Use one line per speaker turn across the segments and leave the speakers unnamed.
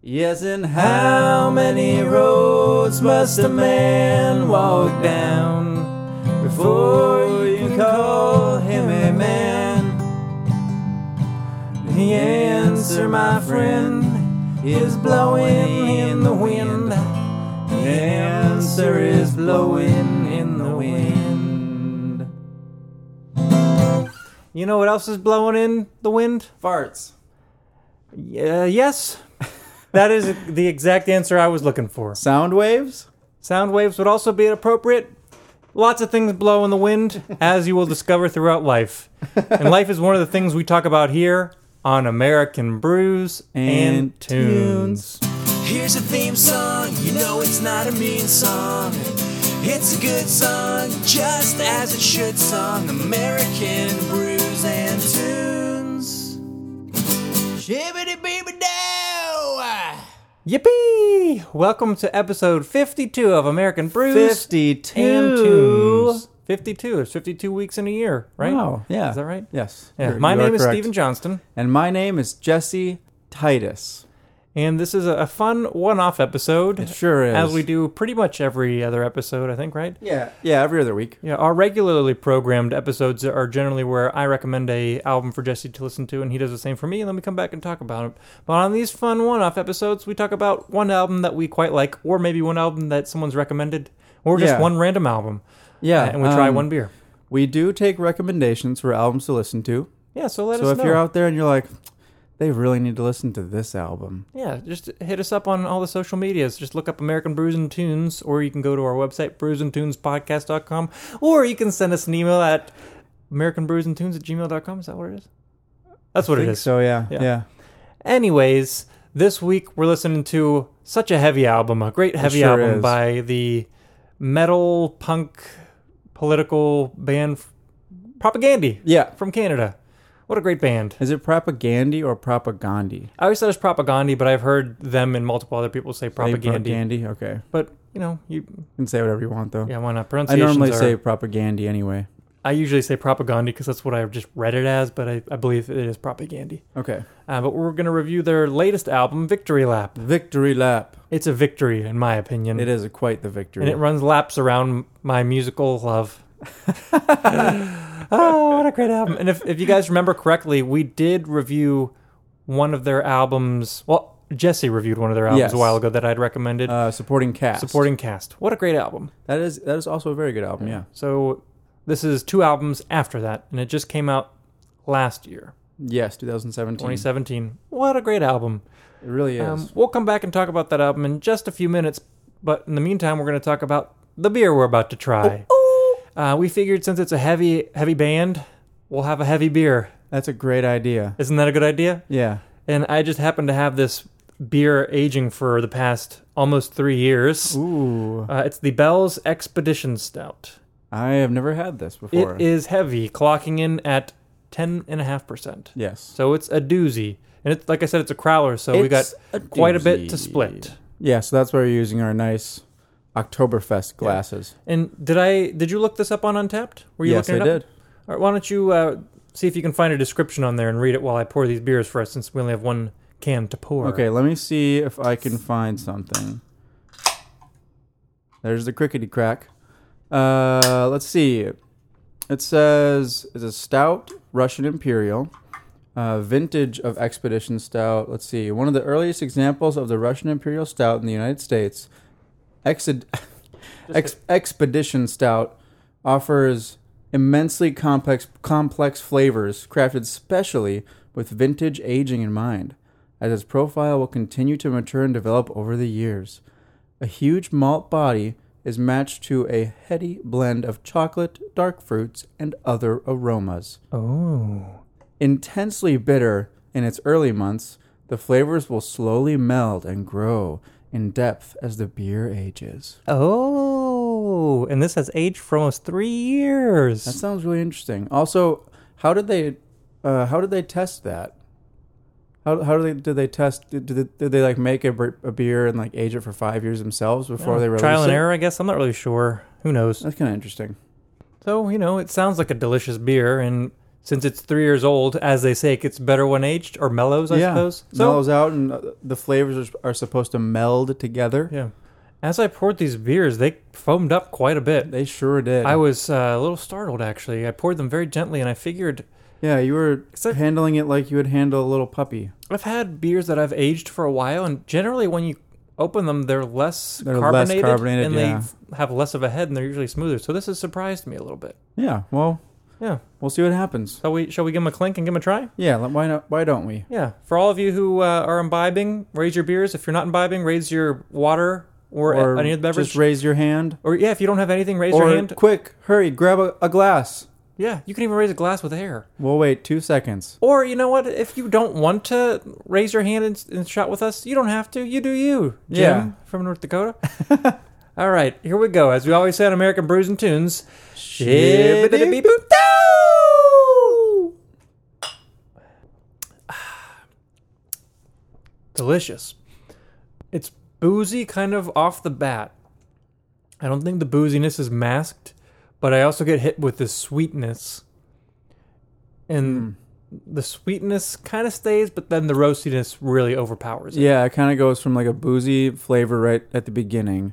Yes, and how many roads must a man walk down before you can call him a man? The answer, my friend, is blowing in the wind. The answer is blowing in the wind.
You know what else is blowing in the wind?
Farts.
Uh, yes. that is the exact answer I was looking for.
Sound waves?
Sound waves would also be appropriate. Lots of things blow in the wind, as you will discover throughout life. And life is one of the things we talk about here on American Brews and,
And
tunes.
Here's a theme song, you know it's not a mean song. It's a good song, just as it should song. American brews and tunes. Shibbity beeby dow!
Yippee! Welcome to episode 52 of American Brews
52.
and Tunes. 52. It's 52 weeks in a year, right?
Wow. Yeah.
Is that right?
Yes.
Yeah.
You're-
My
you are
name is
correct.
Stephen Johnston.
And my name is Jesse Titus.
And this is a, a fun one-off episode.
It sure is.
As we do pretty much every other episode, I think, right?
Yeah. Yeah, every other week.
Yeah, our regularly programmed episodes are generally where I recommend a album for Jesse to listen to, and he does the same for me, and then we come back and talk about it. But on these fun one-off episodes, we talk about one album that we quite like, or maybe one album that someone's recommended, or just
Yeah.
one random album,
Yeah.
and we try
um,
one beer.
We do take recommendations for albums to listen to.
Yeah, so let
So
us
if
know.
you're out there and you're like, they really need to listen to this album.
Yeah, just hit us up on all the social medias. Just look up American Brews and Tunes, or you can go to our website, brewsandtunespodcast.com, or you can send us an email at americanbrewsandtunes at gmail.com. Is that what it is? That's what it
think
is.
So yeah,
Yeah.
yeah.
Anyways, this week we're listening to such a heavy album, a great heavy
sure
album
is.
by the metal punk political band F- Propagandy
Yeah.
from Canada. What a great band.
Is it propagandy or propagandy?
I always thought it was Propagandy, but I've heard them and multiple other people say
Say
Propagandy.
Propagandy. Okay. You
But, you know, you
can say whatever you want though.
Yeah, why not?
I
Pronunciations
normally
are,
say propagandy anyway.
I usually say propaganda because that's what I just read it as, but I, I believe it is propagandy.
Okay.
Uh, but we're going to review their latest album, Victory Lap.
Victory lap.
It's a victory, in my opinion.
It is quite the victory.
Mm. And it runs laps around my musical love. oh, what a great album. And if, if you guys remember correctly, we did review one of their albums. Well, Jesse reviewed one of their albums
Yes.
a while ago that I'd recommended.
uh, supporting cast.
Supporting Cast. What a great album.
That is that is also a very good album. Yeah.
So this is two albums after that, and it just came out last year,
Yes. 2017.
2017. What a great album!
It really is.
Um, we'll come back and talk about that album in just a few minutes, but in the meantime, we're going to talk about the beer we're about to try.
Oh.
Uh, we figured since it's a heavy, heavy band, we'll have a heavy beer.
That's a great idea.
Isn't that a good idea?
Yeah.
And I just happen to have this beer aging for the past almost three years.
Ooh.
Uh, it's the Bell's Expedition Stout.
I have never had this before.
It is heavy, clocking in at 10.5%.
Yes.
So it's a doozy. And it's like I said, it's a crowler, so we got
It's a
quite a bit to
doozy.
split.
Yeah. So that's why we're using our nice Oktoberfest glasses.
And did I did you look this up on Untapped? Were you
yes, I
looking it up?
did.
All right, why don't you uh, see if you can find a description on there and read it while I pour these beers for us since we only have one can to pour.
Okay, let me see if I can find something. There's the crickety crack. Uh, let's see. It says it's a stout Russian Imperial, uh, vintage of Expedition Stout. Let's see. One of the earliest examples of the Russian Imperial Stout in the United States, Exed- Ex- Expedition Stout offers immensely complex complex flavors crafted specially with vintage aging in mind, as its profile will continue to mature and develop over the years. A huge malt body is matched to a heady blend of chocolate, dark fruits, and other aromas.
Oh.
Intensely bitter in its early months, the flavors will slowly meld and grow in depth as the beer ages.
Oh. And this has aged for almost three years.
That sounds really interesting. Also, how did they, uh, how did they test that? How, how did they did they test? Did, did, did they like make a, br- a beer and like age it for five years themselves before they released
Trial and
it?
error, I guess. I'm not really sure. Who knows?
That's kind of interesting.
So, you know, it sounds like a delicious beer, and since it's three years old, as they say, it gets better when aged or mellows, I suppose. So,
mellows out, and uh, the flavors are, are supposed to meld together.
yeah. As I poured these beers, they foamed up quite a bit.
They sure did.
I was uh, a little startled, actually. I poured them very gently, and I figured
yeah, you were
So-
handling it like you would handle a little puppy.
I've had beers that I've aged for a while, and generally when you open them, they're less,
They're less
carbonated,
carbonated,
and
yeah.
they have less of a head, and they're usually smoother. So this has surprised me a little bit.
Yeah. Well,
Yeah.
we'll see what happens.
Shall we? Shall we give them a clink and give them a try?
Yeah. let- Why not? Why don't we?
Yeah. For all of you who uh, are imbibing, raise your beers. If you're not imbibing, raise your water or,
Or
any other beverage.
just raise your hand.
or yeah, if you don't have anything, raise
or
your hand.
quick, hurry, grab a, a glass.
Yeah, you can even raise a glass with air.
We'll wait two seconds.
Or you know what? If you don't want to raise your hand and, and shot with us, you don't have to. You do you, Jim
Yeah.
from North Dakota. All right, here we go. As we always say on American Brews and Tunes, shibbity-boo-doo! delicious. It's boozy, kind of off the bat. I don't think the booziness is masked, but I also get hit with the sweetness. And
Hmm.
the sweetness kind of stays, but then the roastiness really overpowers it.
Yeah, it kind of goes from like a boozy flavor right at the beginning,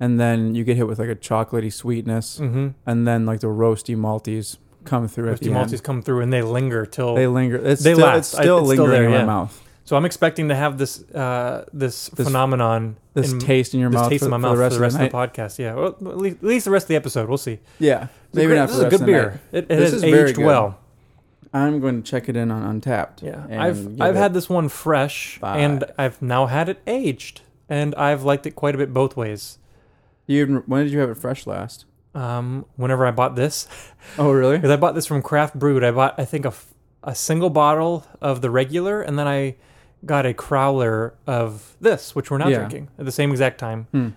and then you get hit with like a chocolatey sweetness,
Mm-hmm.
and then like the roasty malties come through at
Roasty
the
malties come through and they linger till.
end. They linger. It's
They
still,
last.
It's
I-
still
it's still
lingering in
there,
my
yeah.
mouth.
so I'm expecting to have this uh, this,
This-
phenomenon,
This
in,
taste in your
this
mouth,
taste
for,
in my
for
mouth
the rest, of, the night.
podcast. Yeah, well, at least, at least the rest of the episode. We'll see.
Yeah,
It's a
maybe
great-
not. For
This is
the rest
a good
of the
beer.
night.
It, it
This is
has
very
aged
good.
well.
I'm going to check it in on Untapped.
Yeah,
and
I've
give
I've
it-
had this one fresh,
five.
and I've now had it aged, and I've liked it quite a bit both ways.
You when did you have it fresh last?
Um, whenever I bought this,
Oh, really?
because I bought this from Craft Brewed, I bought I think a, f- a single bottle of the regular, and then I got a crowler of this, which we're now
Yeah.
drinking at the same exact time.
Hmm.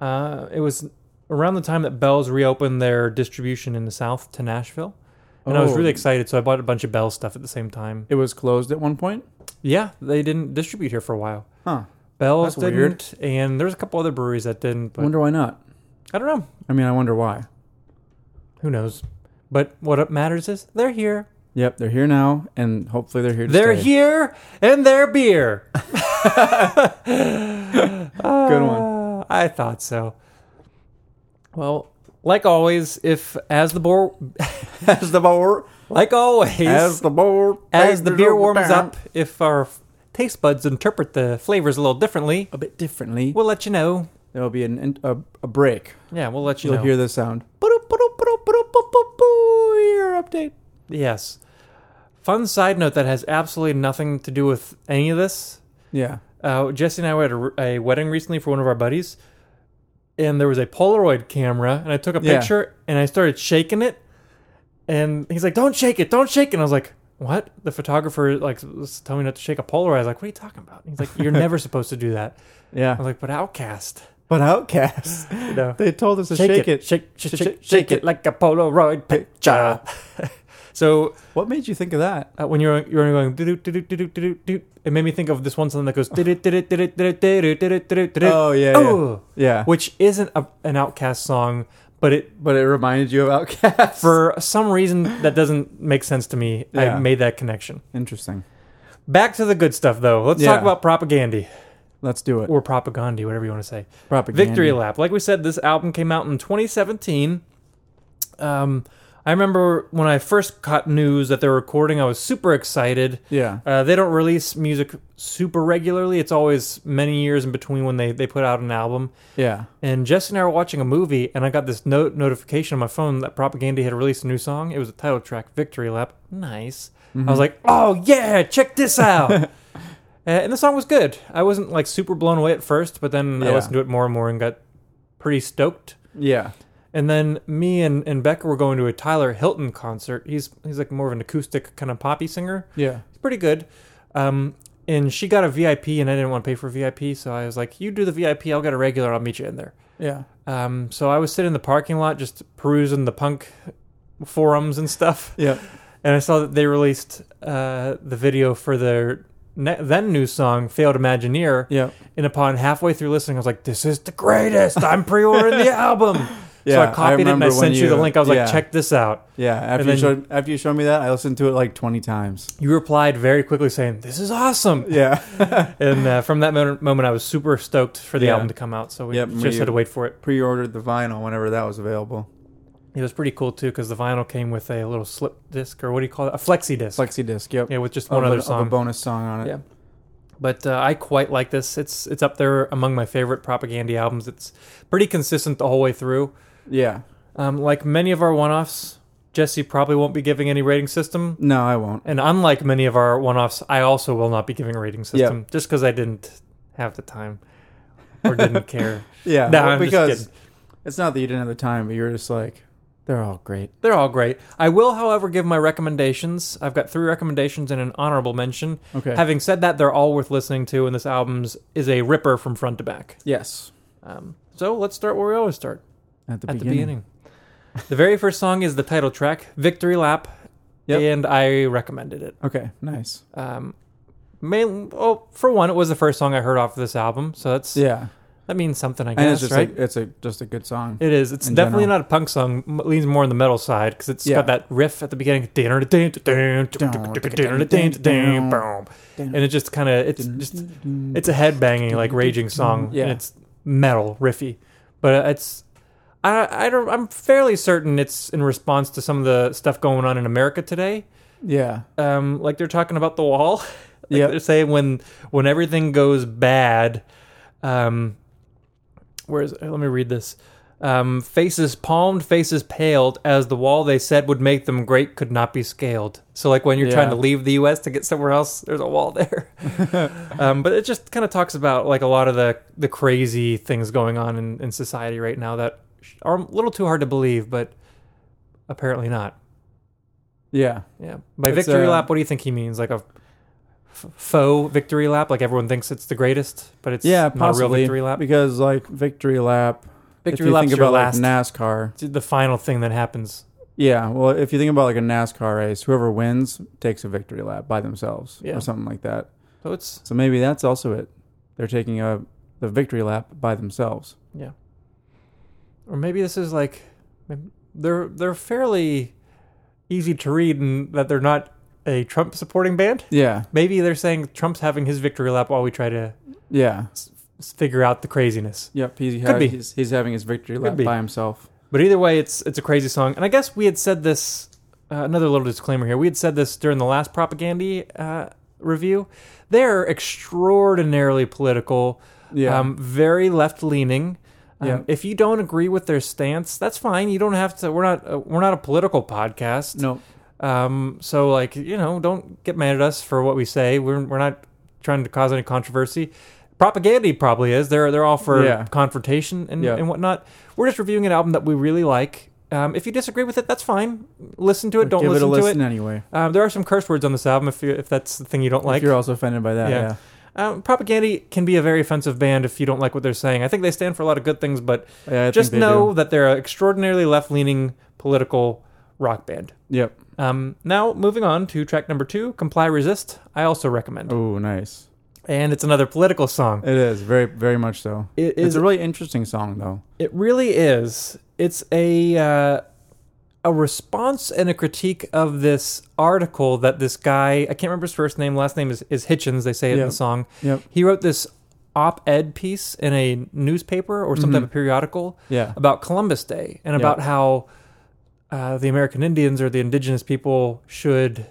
Uh, it was around the time that Bell's reopened their distribution in the South to Nashville, and I was
Oh.
really excited, so I bought a bunch of Bell stuff at the same time.
It was closed at one point.
Yeah, they didn't distribute here for a while.
Huh.
Bell's
That's
didn't,
weird.
and there's a couple other breweries that didn't. But
wonder why not.
I don't know.
I mean, I wonder why.
Who knows? But what it matters is they're here.
Yep, they're here now, and hopefully they're here. To
They're
stay.
here and their beer.
Good one.
Uh, I thought so. Well, like always, if as the boar,
As the board,
like always,
as
as,
the board,
the beer warms up, if our taste buds interpret the flavors a little differently,
a bit differently,
we'll let you know.
there will be an, an- a, a break.
Yeah, we'll let you
You'll
know.
hear the sound.
Beer update. Yes. Fun side note that has absolutely nothing to do with any of this.
Yeah.
Uh, Jesse and I were at a, r- a wedding recently for one of our buddies, and there was a Polaroid camera, and I took a
Yeah.
picture, and I started shaking it, and he's like, "Don't shake it, don't shake it." And I was like, "What?" The photographer like was telling me not to shake a Polaroid. I was like, "What are you talking about?" And he's like, "You're never supposed to do that." I
Yeah.
was like, "But Outcast,
But Outcast,
you know."
they told us to
shake, it,
it.
Shake, shake,
Sh-
shake,
sh-
shake,
shake
it.
it.
like a Polaroid picture. so
What made you think of that?
uh, when you're you're going doo doo doo doo doo doo doo, it made me think of this one song that goes doo doo doo doo doo doo doo doo doo
Oh yeah, yeah.
doo,
yeah.
which isn't a, an Outcast song, but it
But it reminded you of Outcast.
for some reason that doesn't make sense to me.
Yeah.
I made that connection.
Interesting.
Back to the good stuff though. Let's
Yeah.
talk about propaganda
Let's do it.
or propaganda, whatever you want to say.
Propaganda.
Victory Lap. Like we said, this album came out in 2017. Um, I remember when I first caught news that they're recording, I was super excited.
Yeah.
Uh, they don't release music super regularly. It's always many years in between when they, they put out an album.
Yeah.
And Jess and I were watching a movie, and I got this note notification on my phone that Propaganda had released a new song. It was a title track, Victory Lap. Nice. I was like, oh yeah, check this out. Uh, and the song was good. I wasn't like super blown away at first, but then
Yeah.
I listened to it more and more and got pretty stoked.
Yeah.
And then me and, and Becca were going to a Tyler Hilton concert. He's he's like more of an acoustic kind of poppy singer.
Yeah.
He's pretty good. Um, and she got a VIP, and I didn't want to pay for VIP, so I was like, "You do the VIP, I'll get a regular. I'll meet you in there."
Yeah.
Um, so I was sitting in the parking lot just perusing the punk forums and stuff,
Yeah.
and I saw that they released uh, the video for their ne- then new song "Failed Imagineer."
Yeah.
And upon halfway through listening, I was like, "This is the greatest! I'm pre-ordering the album." so I
Yeah, I
copied it and
remember
I
when
sent you, the
you-
link. I was
yeah.
like, check this out.
Yeah, after
then-
you showed after you showed me that, I listened to it like twenty times.
You replied very quickly saying, this is awesome.
Yeah,
And uh, from that moment, moment, I was super stoked for the
Yeah.
album to come out. So we
Yep,
just
we-
had to wait for it.
pre-ordered the vinyl whenever that was available.
It was pretty cool too because the vinyl came with a little slip disc or what do you call it? A flexi disc.
Flexi disc. Yep.
yeah, with just
Of
one
a-
other
of
song.
a bonus song on it.
Yeah. But uh, I quite like this. It's it's up there among my favorite propaganda albums. It's pretty consistent the whole way through.
Yeah.
Um, like many of our one-offs, Jesse probably won't be giving any rating system.
No, I won't.
And unlike many of our one-offs, I also will not be giving a rating system just because I didn't have the time or didn't care.
Yeah,
No,
well,
I'm just
because
kidding.
it's not that you didn't have the time, but you were just like, they're all great.
They're all great. I will, however, give my recommendations. I've got three recommendations and an honorable mention.
Okay.
Having said that, they're all worth listening to, and this album's is a ripper from front to back.
yes.
Um, so let's start where we always start.
At the
at
beginning.
the beginning. The very first song is the title track, "Victory Lap,"
Yep.
and I recommended it.
Okay. Nice.
Um, main, oh, for one, it was the first song I heard off of this album, so that's
Yeah.
that means something, I
and it's
guess,
just
right?
like it's a just a good song.
it is. It's
in
definitely
general.
not a punk song. M- leans more on the metal side because it's
Yeah.
got that riff at the beginning, and it just kind of it's just it's a headbanging like raging song
Yeah.
and it's metal riffy but uh, it's I, I don't i'm fairly certain it's in response to some of the stuff going on in america today
yeah.
um like they're talking about the wall like
Yep.
they're saying when when everything goes bad um where is it? let me read this um faces palmed faces paled as the wall they said would make them great could not be scaled so like when you're trying
Yeah.
to leave the us to get somewhere else there's a wall there um but it just kind of talks about like a lot of the the crazy things going on in, in society right now that are a little too hard to believe but apparently not
Yeah.
yeah. By
It's,
victory
uh,
lap, what do you think he means? Like a f- faux victory lap? Like everyone thinks it's the greatest, but it's
Yeah,
not a real
possibly
victory lap.
because like victory lap.
Victory
if you
lap's
think
your
about like
last.
NASCAR,
It's the final thing that happens.
yeah. Well, if you think about like a NASCAR race, whoever wins takes a victory lap by themselves
Yeah.
or something like that.
So it's
So maybe that's also it. They're taking a the victory lap by themselves.
yeah. Or maybe this is like maybe- they're they're fairly easy to read in that they're not a Trump supporting band.
Yeah.
Maybe they're saying Trump's having his victory lap while we try to
Yeah.
s- figure out the craziness.
Yep, he's
Could be.
he's, he's having his victory lap
be.
by himself.
But either way, it's it's a crazy song, and I guess we had said this. Uh, another little disclaimer here: we had said this during the last propaganda uh, review. They're extraordinarily political,
Yeah,
um, very left leaning. Um,
Yeah.
If you don't agree with their stance, that's fine. You don't have to. We're not uh, we're not a political podcast.
no,
Um, so like you know, don't get mad at us for what we say. We're we're not trying to cause any controversy. Propaganda probably is. They're they're all for
Yeah.
confrontation and,
Yeah.
and whatnot. We're just reviewing an album that we really like. Um, if you disagree with it, that's fine. Listen to it. Don't
give
listen
it a
to
listen
it.
anyway.
Um, there are some curse words on this album. If you, if that's the thing you don't like,
if you're also offended by that,
Yeah.
yeah,
um, propaganda can be a very offensive band if you don't like what they're saying. I think they stand for a lot of good things, but
Yeah, I think
just
they
know
do.
that they're an extraordinarily left leaning political rock band.
Yep.
Um, now, moving on to track number two, Comply Resist, I also recommend.
Oh, nice.
And it's another political song.
It is very, very much so.
It
It's
is.
a really interesting song, though.
It really is. It's a uh, a response and a critique of this article that this guy I can't remember his first name. Last name is is Hitchens. They say it in
Yeah.
the song.
Yep.
He wrote this op-ed piece in a newspaper or
Mm-hmm.
some type of periodical
Yeah.
about Columbus Day and about how uh, the American Indians or the indigenous people should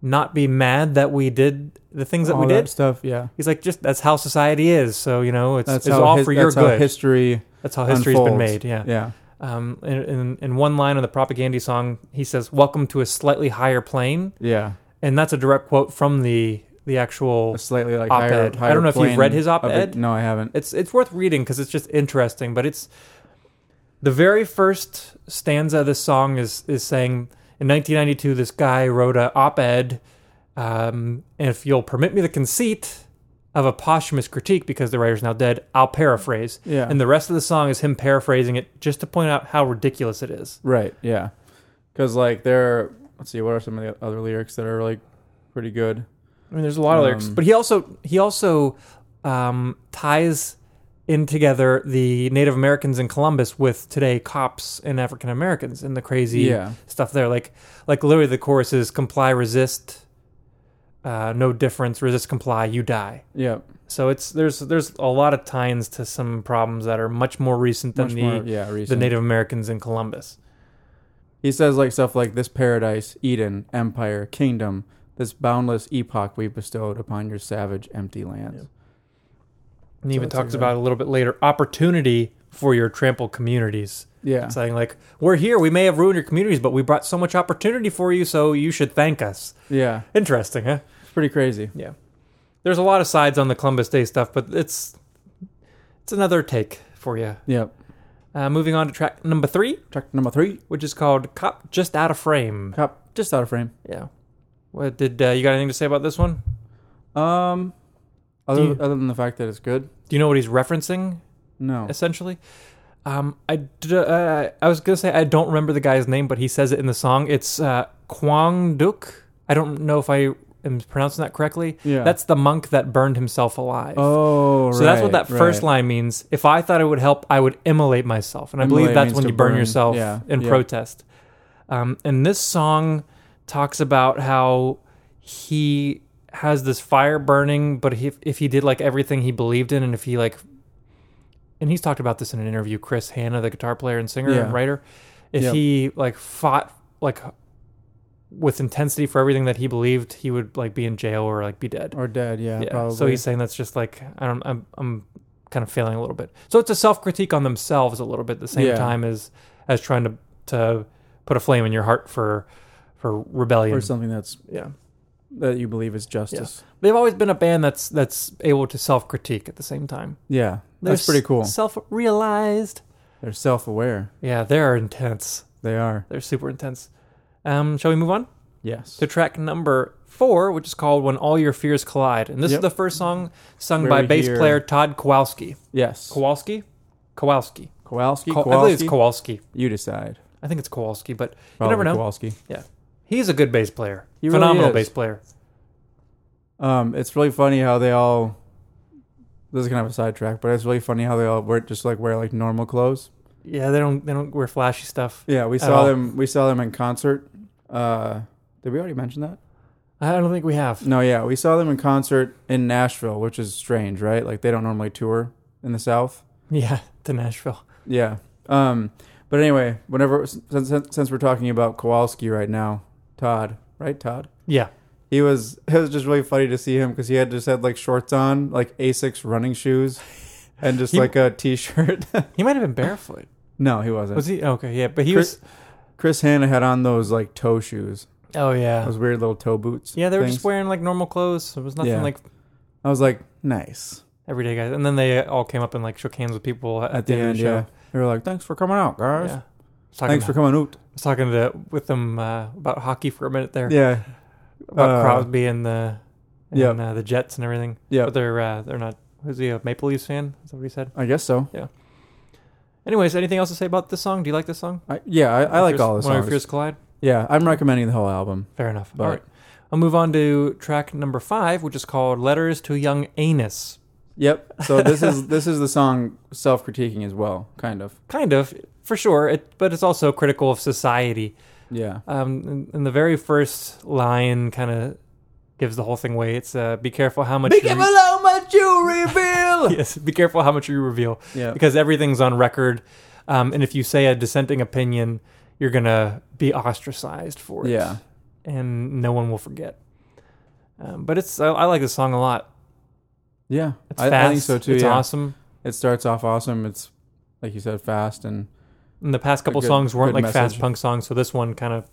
not be mad that we did the things that
All
we
that
did.
stuff. Yeah,
He's like, just that's how society is. So you know, it's,
that's
it's
how
all
his-
for your
that's how
good.
history.
that's how history's been
unfolds.
made. Yeah.
Yeah.
Um, in, in, in one line on the propaganda song, he says, "Welcome to a slightly higher plane,"
Yeah.
and that's a direct quote from the the actual.
A slightly like
Op-ed.
higher,
I don't know if you've
plane
read his
of it.
op-ed.
No, I haven't.
It's it's worth reading because it's just interesting. But it's the very first stanza of this song is is saying in 1992 this guy wrote a op-ed, um, and if you'll permit me the conceit of a posthumous critique because the writer's now dead, I'll paraphrase.
Yeah.
And the rest of the song is him paraphrasing it just to point out how ridiculous it is.
Right. Yeah. Because like there, let's see, what are some of the other lyrics that are like pretty good?
I mean, there's a lot of lyrics,
Um,
but he also he also um, ties in together the Native Americans in Columbus with today cops and African Americans and the crazy
Yeah.
stuff there. Like like literally the chorus is comply, resist, uh, no difference, resist, comply, you die.
Yeah.
So it's there's there's a lot of tie-ins to some problems that are much more recent than
Much
the
more, yeah,
the
recent.
Native Americans in Columbus.
He says like stuff like this paradise, Eden, empire, kingdom, this boundless epoch we bestowed upon your savage empty lands.
And he even
it's like
talks
that.
about a little bit later opportunity for your trampled communities.
Yeah.
saying like we're here we may have ruined your communities but we brought so much opportunity for you so you should thank us
Yeah.
interesting huh
It's pretty crazy.
yeah there's a lot of sides on the columbus day stuff but it's it's another take for you
Yep.
uh, moving on to track number three
Track number three.
which is called cop just out of frame
Cop just out of frame.
yeah what did uh, you got anything to say about this one
Um other
you-
other than the fact that it's good?
do you know what he's referencing
No.
essentially um, I, d- uh, I was gonna say I don't remember the guy's name, but he says it in the song. It's uh, Kwang Duk. I don't know if I am pronouncing that correctly.
Yeah.
That's the monk that burned himself alive.
Oh,
so that's what that first line means. If I thought it would help, I would immolate myself. And I believe
Immolate
that's
means
when
to
you burn,
burn.
yourself
Yeah,
in
yeah.
protest. Um, and this song talks about how he has this fire burning, but he, if he did like everything he believed in, and if he like, and he's talked about this in an interview, Chris Hanna, the guitar player and singer
Yeah.
and writer, if
Yep.
he like fought like with intensity for everything that he believed, he would like be in jail or like be dead.
Or dead, yeah,
Yeah.
probably.
So he's saying that's just like I don't. I'm I'm kind of failing a little bit. So it's a self critique on themselves a little bit at the same
Yeah.
time as as trying to to put a flame in your heart for for rebellion.
or something that's
yeah.
that you believe is justice.
They've always been a band that's that's able to self critique at the same time.
Yeah. That's pretty cool.
Self realized.
They're self-aware.
Yeah, they're intense.
They are.
They're super intense. Um, shall we move on?
Yes.
to track number four, which is called "When All Your Fears Collide," and this
Yep.
is the first song sung
Where
by
we
bass
hear-
player Todd Kowalski.
Yes.
Kowalski, Kowalski.
Kowalski.
Ko-
Kowalski.
I believe it's Kowalski.
you decide.
I think it's Kowalski, but
Probably
you never know.
Kowalski.
Yeah, he's a good bass player.
He really
Phenomenal
is.
bass player.
Um, it's really funny how they all. This is kind of a sidetrack, but it's really funny how they all wear just like wear like normal clothes.
Yeah, they don't they don't wear flashy stuff.
Yeah, we
At
saw
all.
them. We saw them in concert. Uh, did we already mention that?
I don't think we have.
No, yeah, we saw them in concert in Nashville, which is strange, right? Like they don't normally tour in the South.
Yeah, to Nashville.
Yeah. Um, but anyway, whenever since since since we're talking about Kowalski right now, Todd, right, Todd.
Yeah,
He was it was just really funny to see him because he had just had like shorts on, like Asics running shoes, and just
He-
like a t-shirt.
he might have been barefoot.
no, he wasn't.
Was he? Okay, yeah, but he
Chris-
was.
Chris Hanna had on those like toe shoes,
Oh yeah,
those weird little toe boots.
yeah. They were
things.
just wearing like normal clothes. It was nothing
Yeah.
like
I was like, nice.
everyday guys. And then they all came up and like shook hands with people at,
At, the, end,
of the show.
yeah, they were like, thanks for coming out, guys.
Yeah.
Thanks for coming out.
I was talking to with them uh, about hockey for a minute there
Yeah,
about
uh,
Crosby and the and,
yeah.
uh, the Jets and everything.
yeah.
But they're uh, they're not. Is he a Maple Leafs fan? Is that what he said?
I guess so.
Anyways, anything else to say about this song? Do you like this song?
I, yeah, I, I like all the
When Our
songs.
Fears Collide.
Yeah, I'm recommending the whole album.
Fair enough.
But-
all right, I'll move on to track number five, which is called "Letters to Young Anus."
Yep. So this is this is the song self-critiquing as well, kind of.
Kind of, for sure. It, but it's also critical of society.
Yeah.
Um, and, and the very first line kind of gives the whole thing away. It's uh, "Be careful how much."
Be
you re-
careful how much you reveal.
yes, be careful how much you reveal
Yeah.
because everything's on record. Um, and if you say a dissenting opinion, you're going to be ostracized for it.
Yeah.
And no one will forget. Um, but it's, I, I like this song a lot.
Yeah.
It's
I,
fast.
I think so too.
It's
yeah.
awesome.
It starts off awesome. It's like you said, fast and
And the past couple
good-
songs weren't
good
like fast
message.
punk songs. So this one kind of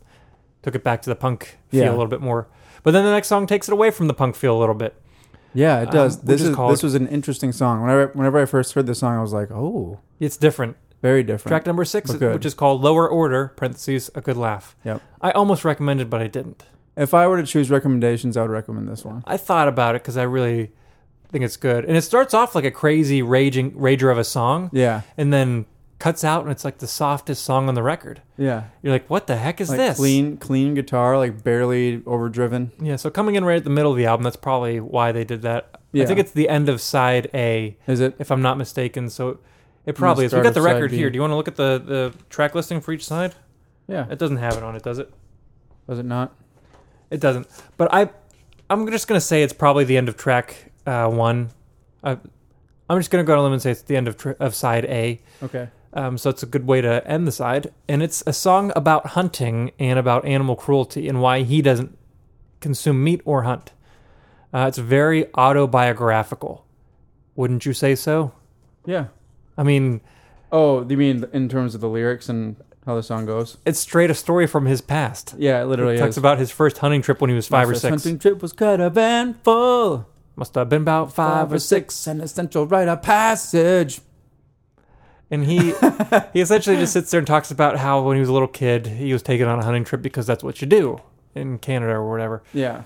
took it back to the punk feel
Yeah.
a little bit more. But then the next song takes it away from the punk feel a little bit.
yeah, it does.
Um, which
this
is
is,
called-
this was an interesting song. Whenever whenever I first heard this song, I was like, oh,
It's different.
very different.
Track number six,
But good.
which is called Lower Order, parentheses, a good laugh.
Yep.
I almost recommended, but I didn't.
if I were to choose recommendations, I would recommend this one.
I thought about it because I really think it's good. And it starts off like a crazy raging rager of a song,
Yeah.
and then cuts out, and it's like the softest song on the record.
Yeah.
You're like, what the heck is
Like
this?
clean clean guitar, like barely overdriven.
Yeah. So coming in right at the middle of the album, that's probably why they did that.
Yeah.
I think it's the end of side A,
Is it?
if I'm not mistaken. So it probably is. We
start
got
of
the
side
record
B.
here. Do you want to look at the, the track listing for each side?
Yeah.
It doesn't have it on it, does it?
Was it not?
It doesn't. But I, I'm just gonna say it's probably the end of track uh, one. I, I'm just gonna go on a limb and say it's the end of tr of side A.
Okay.
Um, so it's a good way to end the side, and it's a song about hunting and about animal cruelty and why he doesn't consume meat or hunt. Uh, it's very autobiographical, wouldn't you say so?
Yeah.
I mean,
Oh, you mean in terms of the lyrics and how the song goes?
it's straight a story from his past.
Yeah, it literally
It talks
is.
about his first hunting trip when he was five
My
or
first
six.
Hunting trip was caravan full.
Must have been about five or six.
an essential rite of passage.
And he he essentially just sits there and talks about how when he was a little kid he was taken on a hunting trip because that's what you do in Canada or whatever.
Yeah,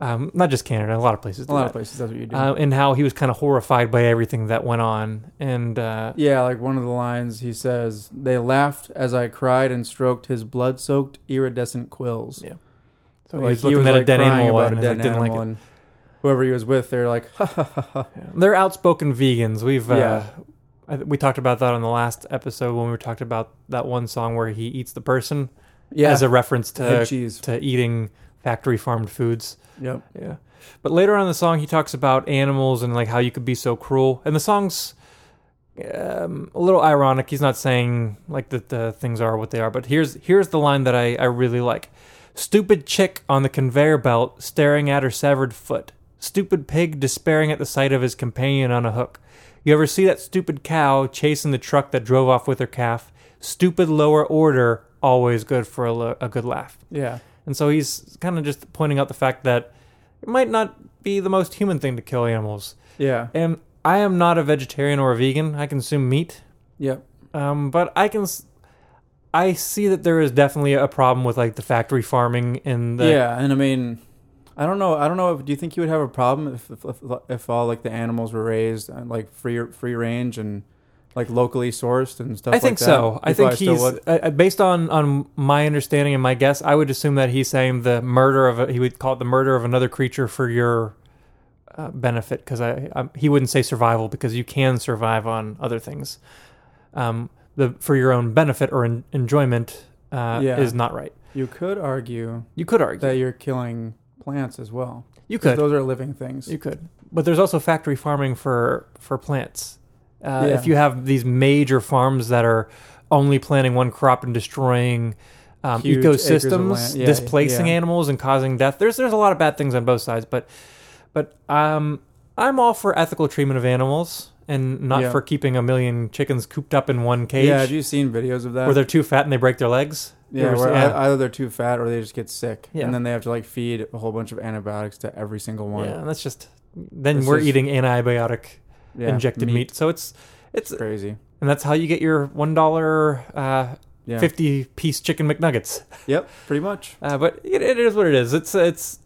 Um, not just Canada, a lot of places.
a lot of places that's what you do.
Uh, and how he was kind of horrified by everything that went on. And uh,
yeah, like one of the lines he says, "They laughed as I cried and stroked his blood-soaked iridescent quills."
Yeah.
So
He
like,
was looking at a dead
crying
animal
about
and
a
it's
dead
like, didn't like
animal, and whoever he was with, they're like, "Ha ha ha ha."
they're outspoken vegans. We've
Yeah.
uh, I, we talked about that on the last episode when we talked about that one song where he eats the person
Yeah,
as a reference
Head
to
cheese.
to eating factory farmed foods.
Yep.
Yeah. But later on in the song, he talks about animals and like how you could be so cruel. And the song's um, a little ironic. He's not saying like that the things are what they are. But here's here's the line that I, I really like. Stupid chick on the conveyor belt staring at her severed foot. Stupid pig despairing at the sight of his companion on a hook. You ever see that stupid cow chasing the truck that drove off with her calf? Stupid lower order, always good for a, lo- a good laugh.
Yeah.
And so he's kind of just pointing out the fact that it might not be the most human thing to kill animals.
Yeah.
And I am not a vegetarian or a vegan. I consume meat,
Yep.
um, but I can. s- I see that there is definitely a problem with like the factory farming and the
yeah, and I mean, I don't know. I don't know. If, do you think you would have a problem if if, if, if all like the animals were raised uh, like free free range and like locally sourced and stuff?
I think
like that?
so. I
You
think
probably still
he's
would.
uh, uh, based on on my understanding and my guess. I would assume that he's saying the murder of a, he would call it the murder of another creature for your uh, benefit because I, I he wouldn't say survival because you can survive on other things. Um, the for your own benefit or en- enjoyment uh,
Yeah.
is not right.
You could argue
You could argue.
that you're killing plants as well.
You
'Cause
could.
Those are living things.
You could, but there's also factory farming for for plants. Uh,
Yeah.
If you have these major farms that are only planting one crop and destroying um,
Huge acres of
ecosystems,
land. Yeah,
displacing
yeah.
animals and causing death, there's there's a lot of bad things on both sides. But but um, I'm all for ethical treatment of animals and not
Yeah.
for keeping a million chickens cooped up in one cage
Yeah. Have you seen videos of that?
where they're too fat and they break their legs. You
yeah,
ever
where
see-
ei- either they're too fat or they just get sick,
Yeah.
and then they have to like feed a whole bunch of antibiotics to every single one.
yeah, that's just then
This
we're
is-
eating antibiotic
Yeah,
injected meat. So it's it's
It's crazy.
and that's how you get your one dollar uh,
Yeah.
fifty piece chicken McNuggets.
Yep. Pretty much.
Uh, but it, it is what it is. It's it's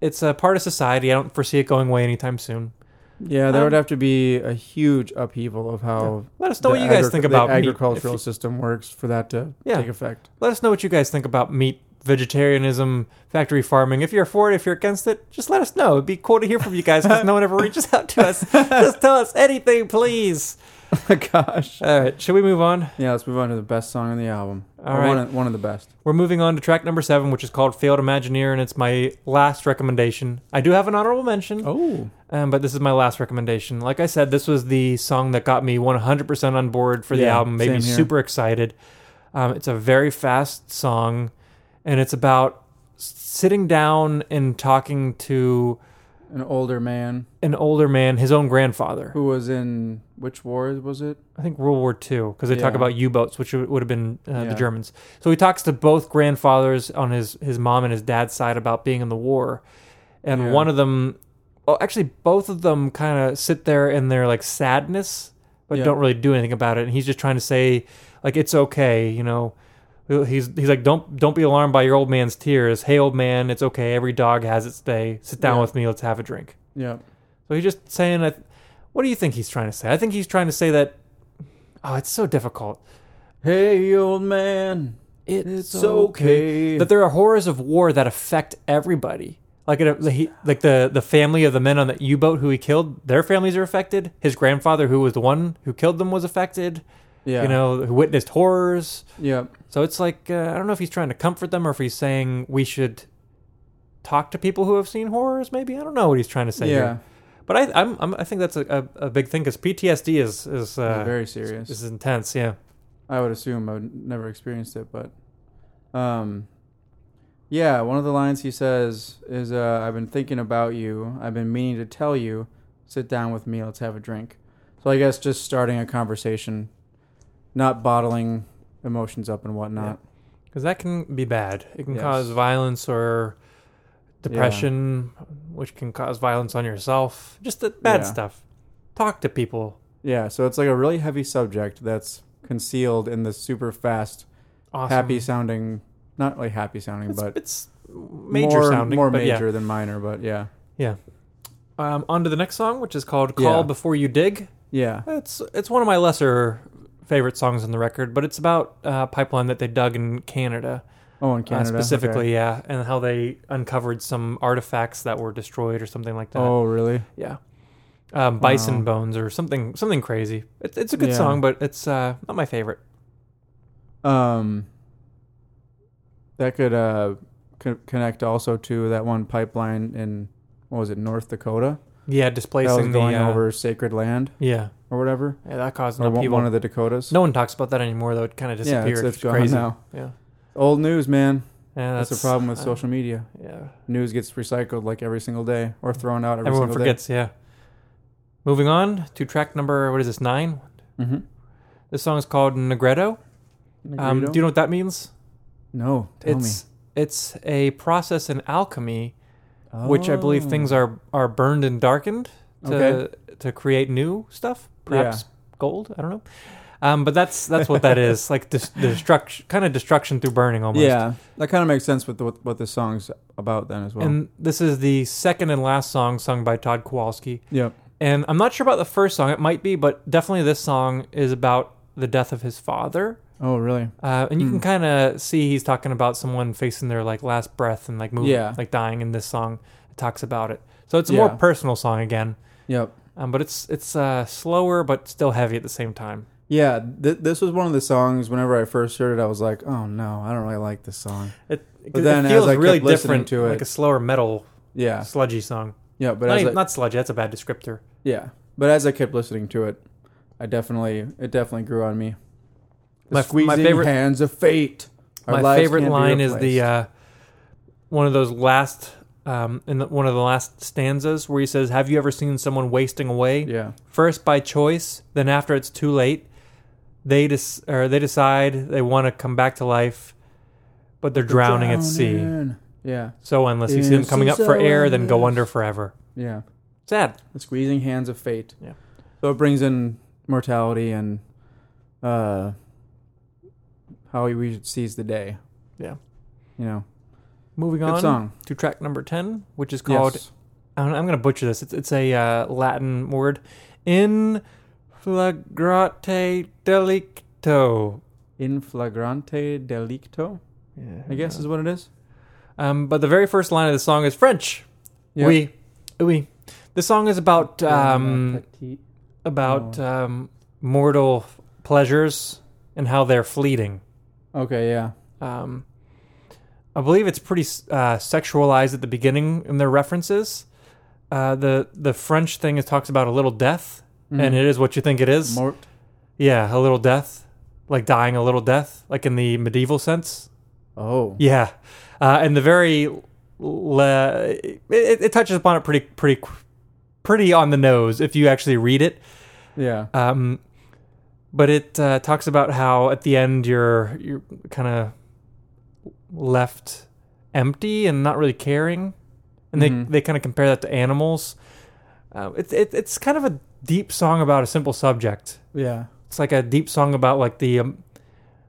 it's a part of society. I don't foresee it going away anytime soon.
Yeah, there
Um,
would have to be a huge upheaval of how
Let us know
the
what you guys
agric-
think
the
about meat.
agricultural
If you-
system works for that to
Yeah.
take effect.
let us know what you guys think about meat, vegetarianism, factory farming. If you're for it, if you're against it, just let us know. It'd be cool to hear from you guys because no one ever reaches out to us. just tell us anything, please.
Gosh.
All right, should we move on?
Yeah, let's move on to the best song on the album.
All
Or
right.
one of, one of the best.
We're moving on to track number seven, which is called "Failed Imagineer," and it's my last recommendation. I do have an honorable mention.
Oh,
Um, but this is my last recommendation. Like I said, this was the song that got me 100% on board for the
Yeah,
album, made me
same here.
super excited. Um, it's a very fast song, and it's about s- sitting down and talking to
an older man
an older man, his own grandfather.
who was in which war was it?
I think World War II, because they talk
Yeah.
about U boats, which would would have been uh,
Yeah.
the Germans. So he talks to both grandfathers on his, his mom and his dad's side about being in the war. And
Yeah.
one of them, well, actually, both of them kind of sit there in their like sadness, but
Yeah.
don't really do anything about it. And he's just trying to say, like, it's okay, you know. He's he's like, don't don't be alarmed by your old man's tears. Hey, old man, it's okay. Every dog has its day. Sit down
Yeah.
with me. Let's have a drink.
Yeah,
So he's just saying that. What do you think he's trying to say? I think he's trying to say that. Oh, it's so difficult.
Hey, old man, it's okay.
That there are horrors of war that affect everybody. Like it, he, like the the family of the men on the U boat who he killed, their families are affected. His grandfather, who was the one who killed them, was affected.
Yeah.
You know, who witnessed horrors.
Yeah.
So it's like uh, I don't know if he's trying to comfort them or if he's saying we should talk to people who have seen horrors. Maybe I don't know what he's trying to say.
yeah.
Here. But I I'm, I'm, I think that's a, a, a big thing because PTSD is is
It's
uh,
very serious.
is intense. Yeah.
I would assume I would never experienced it, but um yeah, one of the lines he says is uh, I've been thinking about you. I've been meaning to tell you. Sit down with me. Let's have a drink. So I guess just starting a conversation, not bottling emotions up and whatnot.
Because that can be bad. It can
Yes.
cause violence or depression, which can cause violence on yourself. Just the bad
Yeah.
stuff. Talk to people.
Yeah, so it's like a really heavy subject that's concealed in this super fast,
Awesome.
happy sounding, not really happy sounding,
It's,
but
it's major
more,
sounding.
more
but yeah.
major than minor, but yeah.
Um, on to the next song, which is called "Call
Yeah.
Before You Dig."
Yeah.
It's it's one of my lesser favorite songs on the record, but it's about uh, pipeline that they dug in Canada.
Oh, in
Uh,
Canada. okay.
specifically, yeah, and how they uncovered some artifacts that were destroyed or something like that.
Oh, really?
yeah, um, bison
Wow.
bones or something, something crazy. It's it's a good
Yeah.
song, but it's uh, not my favorite.
Um, that could uh, co- connect also to that one pipeline in what was it, North Dakota?
Yeah,
that was
displacing
going
the uh,
over sacred land
Yeah,
or whatever,
yeah, that caused an
or one,
upheaval.
one of the Dakotas.
no one talks about that anymore, though. It kind of
yeah,
disappeared.
it's, it's
It's
gone
crazy.
now.
Yeah,
Old news, man.
yeah,
That's,
that's,
the problem with
uh,
social media.
Yeah,
News gets recycled like every single day, or thrown out every
everyone
single
forgets. Yeah. Moving on to track number what is this nine?
day. Mm-hmm.
This song is called Negretto. Um, do you know what that means?
no, tell
it's it's a process in alchemy
me.
which I believe
Oh.
things are are burned and darkened to
Okay.
to create new stuff,
Yeah.
perhaps gold. I don't know. Um, but that's that's what that is like dis- destruction, kind of destruction through burning almost.
Yeah, that kind of makes sense with the, with what this song's about then as well.
And this is the second and last song sung by Todd Kowalski.
yep.
And I'm not sure about the first song; it might be, but definitely this song is about the death of his father.
Oh, really?
Uh, and you
Hmm.
can kind of see he's talking about someone facing their like last breath and like moving,
Yeah.
like dying. In this song, it talks about it. So it's a more
Yeah.
personal song again.
Yep.
Um, but it's it's uh, slower but still heavy at the same time.
Yeah, th- this was one of the songs. Whenever I first heard it, I was like, "Oh no, I don't really like this song."
It,
But then
it feels
as I kept
really
listening
different
to it-
like a slower metal
Yeah,
sludgy song.
yeah, but
not,
as
even,
I,
not sludgy. That's a bad descriptor.
yeah, but as I kept listening to it, I definitely it definitely grew on me. The
My f- my
squeezing
favorite-
hands of fate. Our
My
lives
favorite
can't be
line is the
replaced.
uh, one of those last um, in the, one of the last stanzas where he says, "Have you ever seen someone wasting away?
yeah,
First by choice, then after it's too late, they des- or they decide they want to come back to life, but they're drowning, at sea.
Drowning. Yeah,
So endless. You see them
It's
coming up
so
for air, then go
endless.
under forever.
yeah,
Sad."
the squeezing hands of fate.
Yeah.
so it brings in mortality and uh, how we should seize the day.
Yeah.
you know,
Moving
good
on
song
to track number 10, which is called,
Yes.
I don't- I'm going to butcher this. It's, it's a uh, Latin word, in flagrante delicto.
In flagrante delicto, I guess is what it is.
Um, but the very first line of the song is French.
Yeah.
Oui. Oui. The song is about um, about
Oh.
um, mortal pleasures and how they're fleeting.
Okay, yeah.
Um, I believe it's pretty uh, sexualized at the beginning in their references. Uh, the the French thing it talks about a little death,
Mm-hmm.
and it is what you think it is.
Mort.
yeah, a little death, like dying a little death, like in the medieval sense.
Oh.
Yeah, uh, and the very le- it, it touches upon it pretty pretty pretty on the nose if you actually read it.
Yeah.
Um, but it uh, talks about how at the end you're you're kind of left empty and not really caring, and
Mhm.
they they kind of compare that to animals. Uh, it's it, it's kind of a deep song about a simple subject.
Yeah.
It's like a deep song about like the um,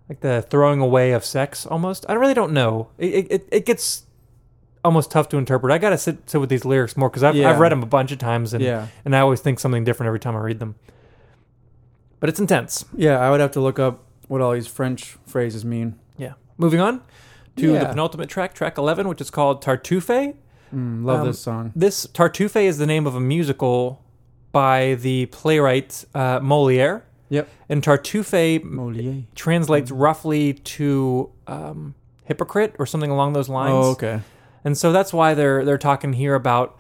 like the throwing away of sex almost. I really don't know. It it- it, it gets almost tough to interpret. I gotta sit sit with these lyrics more because I've
Yeah.
I've read them a bunch of times and
Yeah.
and I always think something different every time I read them. But it's intense.
Yeah, I would have to look up what all these French phrases mean.
Yeah. Moving on to
Yeah.
the penultimate track, track 11, which is called Tartuffe.
Mm, love
Um,
this song.
This Tartuffe is the name of a musical by the playwright uh, Moliere,
Yep.
and Tartuffe
Moliere.
translates roughly to um, hypocrite or something along those lines.
Oh, okay.
And so that's why they're they're talking here about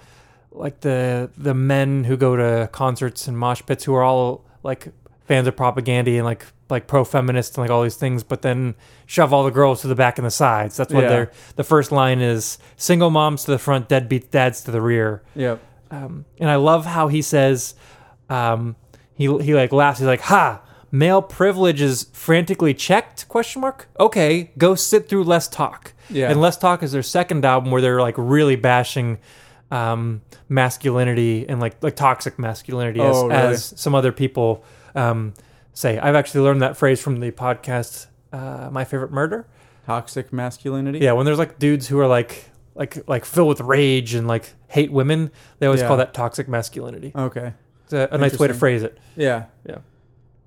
like the the men who go to concerts and mosh pits who are all like fans of propaganda and like like pro feminist and like all these things, but then shove all the girls to the back and the sides. That's what
Yeah.
they're the first line is single moms to the front, deadbeat dads to the rear.
Yep.
Um, and I love how he says, um, he he like laughs. He's like, "Ha! Male privilege is frantically checked?" Question mark. Okay, go sit through Less Talk.
Yeah.
And Less Talk is their second album where they're like really bashing um, masculinity and like like toxic masculinity as,
Oh, really?
as some other people um, say. I've actually learned that phrase from the podcast. Uh, my favorite murder.
Toxic masculinity.
Yeah, when there's like dudes who are like like like filled with rage and like hate women, they always
Yeah.
call that toxic masculinity.
Okay.
It's a, a nice way to
Interesting.
phrase it.
Yeah.
Yeah.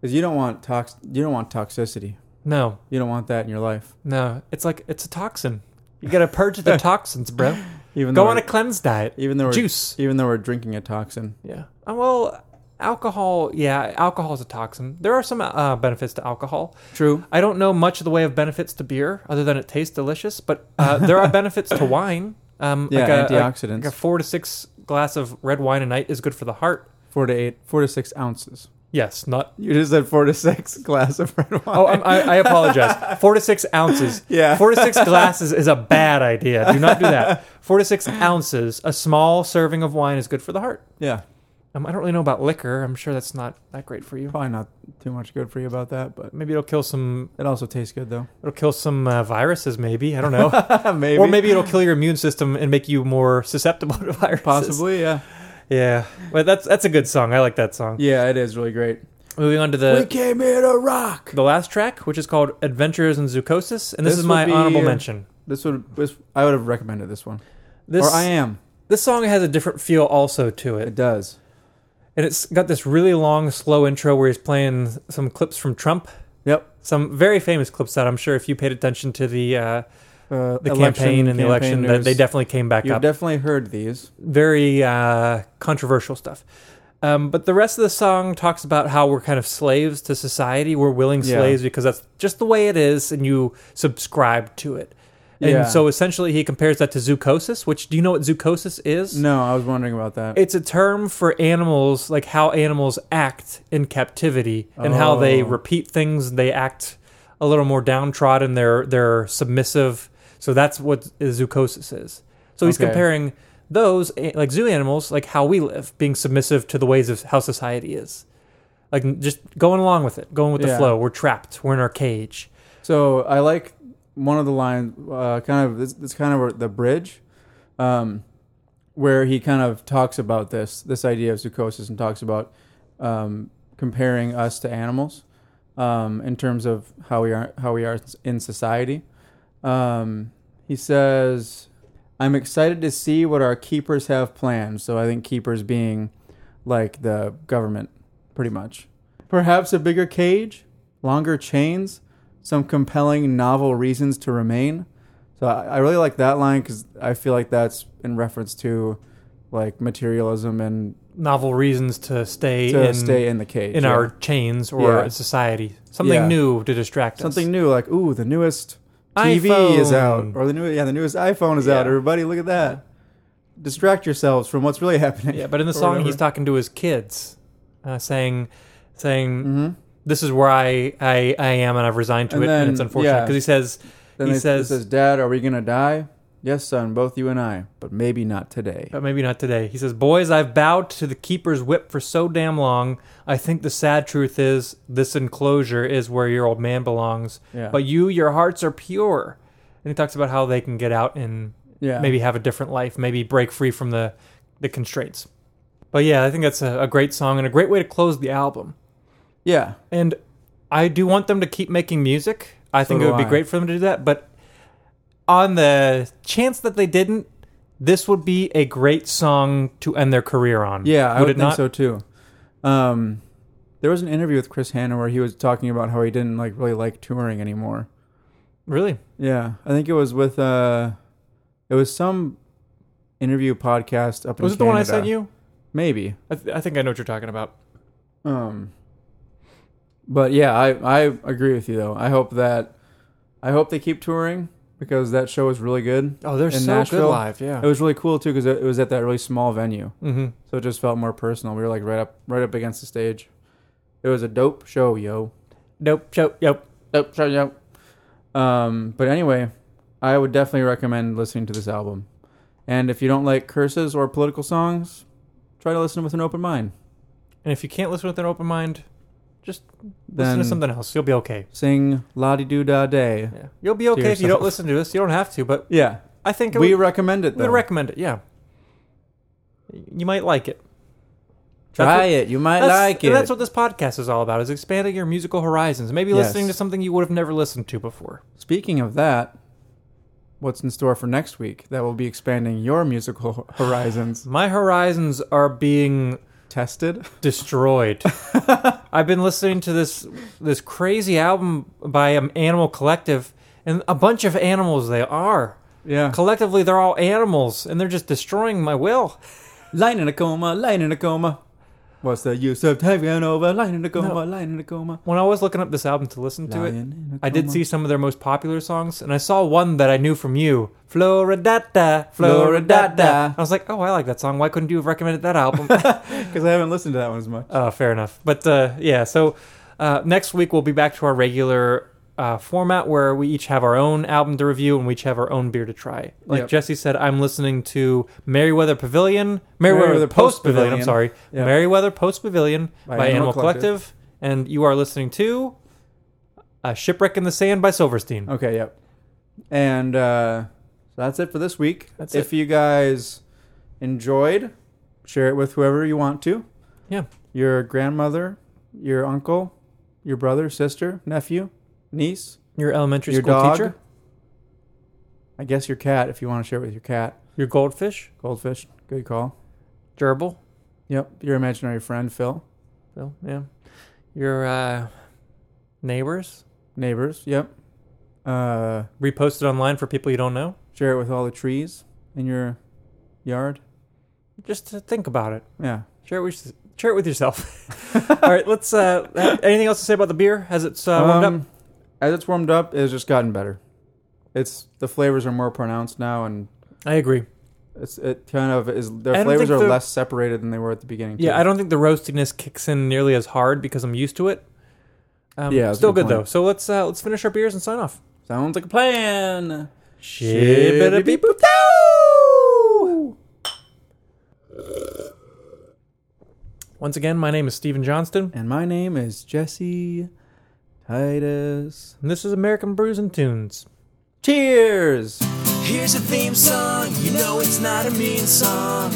Because you don't want tox. You don't want toxicity.
No,
You don't want that in your life.
no, it's like it's a toxin. You gotta purge the toxins, bro.
Even
Go
though
on a
we're-
cleanse diet.
even though we're,
Juice.
Even though we're drinking a toxin.
Yeah. Uh, well, alcohol. Yeah, alcohol is a toxin. There are some uh, benefits to alcohol.
True.
I don't know much of the way of benefits to beer, other than it tastes delicious. But uh, there are benefits to wine. Um,
Yeah.
like a, like-
antioxidants.
like a four to six glass of red wine a night is good for the heart.
four to eight. Four to six ounces.
Yes, not.
You just said four to six glass of red wine.
Oh, I'm, I, I apologize. Four to six ounces.
yeah.
Four to six glasses is a bad idea. Do not do that. Four to six ounces, a small serving of wine is good for the heart.
yeah.
Um, I don't really know about liquor. I'm sure that's not that great for you.
Probably not too much good for you about that, but
Maybe it'll kill some.
it also tastes good though.
It'll kill some uh, viruses. Maybe I don't know.
maybe.
Or maybe it'll kill your immune system and make you more susceptible to viruses.
Possibly. Yeah.
Yeah. But that's that's a good song. I like that song.
Yeah. It is really great.
Moving on to the
we came here to rock.
the last track, which is called "Adventures in Zucosis," and this,
This
is my
would be,
honorable
uh,
mention.
This would. This, I would have recommended this one.
This
or I am.
this song has a different feel also to it.
It does.
And it's got this really long, slow intro where he's playing some clips from Trump,
Yep.
some very famous clips that I'm sure if you paid attention to the uh,
Uh,
the
election,
campaign and the election, that
news.
they definitely came back
You've
up.
definitely heard these.
very uh, controversial stuff. Um, but the rest of the song talks about how we're kind of slaves to society. We're willing
Yeah.
slaves because that's just the way it is, and you subscribe to it. And
Yeah.
so essentially, he compares that to zoocosis, which do you know what zoocosis is?
No, I was wondering about that.
It's a term for animals, like how animals act in captivity and how they
Oh.
repeat things. They act a little more downtrodden. They're they're submissive. So that's what zoocosis is. So he's
Okay.
comparing those eh, like zoo animals, like how we live, being submissive to the ways of how society is, like n- just going along with it, going with the
Yeah.
flow. We're trapped. We're in our cage.
so I like one of the lines, uh, kind of, it's, it's kind of where- the bridge, um, where he kind of talks about this, this idea of psychosis and talks about um, comparing us to animals um, in terms of how we are, how we are in society. Um, he says, I'm excited to see what our keepers have planned. So I think keepers being like the government, pretty much. Perhaps a bigger cage, longer chains, some compelling novel reasons to remain. So I, I really like that line because I feel like that's in reference to like materialism and
Novel reasons to stay
to
in
stay in the cage.
in
yeah.
our chains or
Yeah.
society. Something
Yeah.
new to distract us.
something new, like ooh, the newest TV is out,
iPhone.
or the new yeah, the newest iPhone is out.
Yeah.
Everybody, look at that. Distract yourselves from what's really happening.
Yeah, but in the
or
song,
whatever.
he's talking to his kids, uh, saying, saying,
Mhm.
"This is where I, I, I am, and I've resigned to
And
it." and
then-
it's unfortunate
yeah.
because he says,
Then
He
he
says-
says, says, "Dad, are we gonna die?" Yes, son, both you and I, but maybe not today.
but uh, maybe not today. He says, "Boys, I've bowed to the keeper's whip for so damn long. I think the sad truth is this enclosure is where your old man belongs.
Yeah,
But you, your hearts are pure." And he talks about how they can get out and
yeah,
maybe have a different life, maybe break free from the, the constraints. But yeah, I think that's a, a great song and a great way to close the album.
yeah,
And I do want them to keep making music. I think
do
it would be
I.
great for them to do that. But on the chance that they didn't, this would be a great song to end their career on.
yeah. I
would
would
it
think
not?
so too. Um, there was an interview with Chris Hanna where he was talking about how he didn't like really like touring anymore.
Really?
Yeah, I think it was with uh, it was some interview podcast up in
Was it the one I
Canada.
sent you?
Maybe.
I, th- I think I know what you're talking about.
Um, but yeah, I, I agree with you though. I hope that I hope they keep touring because that show was really good.
Oh, they're
In
so good
Nashville?
live. Yeah.
It was really cool too because it, it was at that really small venue,
Oh, mm-hmm.
so it just felt more personal. We were like right up right up against the stage. It was a dope show, yo.
Nope. Show. Yep.
Dope show, yo. Um, but anyway, I would definitely recommend listening to this album. And if you don't like curses or political songs, try to listen with an open mind.
And if you can't listen with an open mind, just listen
Then-
to something else. You'll be okay.
Sing la di doo da day.
Yeah. You'll be okay if you
yourself.
don't listen to us. You don't have to, but
Yeah,
I think
we
we
recommend it
would
though.
recommend it. Yeah. You might like it.
Try it. You might
That's,
like it.
and that's what this podcast is all about: is expanding your musical horizons. Maybe
Yes.
listening to something you would have never listened to before.
Speaking of that, what's in store for next week that will be expanding your musical h- horizons?
My horizons are being
Tested?
destroyed. I've been listening to this this crazy album by um, Animal Collective, and a bunch of animals they are.
Yeah.
Collectively, they're all animals, and they're just destroying my will.
Lying in a coma, lying in a coma. What's the use of taking over? Lying in a coma, lying in a coma.
When I was looking up this album to listen to
Lying
it,
in a
I did
coma.
see some of their most popular songs, and I saw one that I knew from you, Floridata, Floridata. I was like, oh, I like that song. Why couldn't you have recommended that album?
Because I haven't listened to that one as much.
Uh, fair enough. But uh, yeah, so uh, next week we'll be back to our regular uh, format where we each have our own album to review and we each have our own beer to try. Like
Yep.
Jesse said, I'm listening to Merriweather Pavilion, Merriweather
Merriweather
Post
Post
Pavilion, I'm
Pavilion.
sorry,
Yep.
Merriweather Post Pavilion by,
By
Animal
Animal
Collective. and you are listening to A Shipwreck in the Sand by Silverstein.
Okay, yep. And uh, that's it for this week.
That's
if you guys enjoyed, share it with whoever you want to.
Yeah.
Your grandmother, your uncle, your brother, sister, nephew, niece,
Your elementary
your
school
dog.
teacher,
I guess your cat, if you want to share it with your cat.
your goldfish,
Goldfish, good call.
gerbil,
Yep, your imaginary friend, Phil.
well, yeah, your uh, neighbors.
Neighbors, yep. Uh,
Repost it online for people you don't know.
share it with all the trees in your yard.
just to think about it.
Yeah.
Share it with, share it with yourself. All right, let's. Uh, ha- anything else to say about the beer? Has it's uh, warmed up?
Um, As it's warmed up, it's just gotten better. It's the flavors are more pronounced now, and
I agree.
it's it kind of is
I
their
don't
flavors
think
are
the-
less separated than they were at the beginning.
Yeah, I don't think the roastiness kicks in nearly as hard because I'm used to it. Um,
Yeah, that's a
still good,
good
though.
point.
So let's uh, let's finish our beers and sign off.
Sounds like a plan.
Shibbidi-boo-doo! Once again, my name is Stephen Johnston,
And my name is Jesse Titus.
and this is American Brews and Tunes.
Cheers.
Here's a theme song, you know it's not a mean song.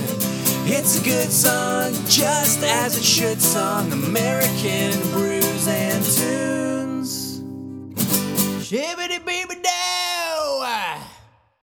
It's a good song, just as it should song. American brews and tunes. Shibbity beeby da!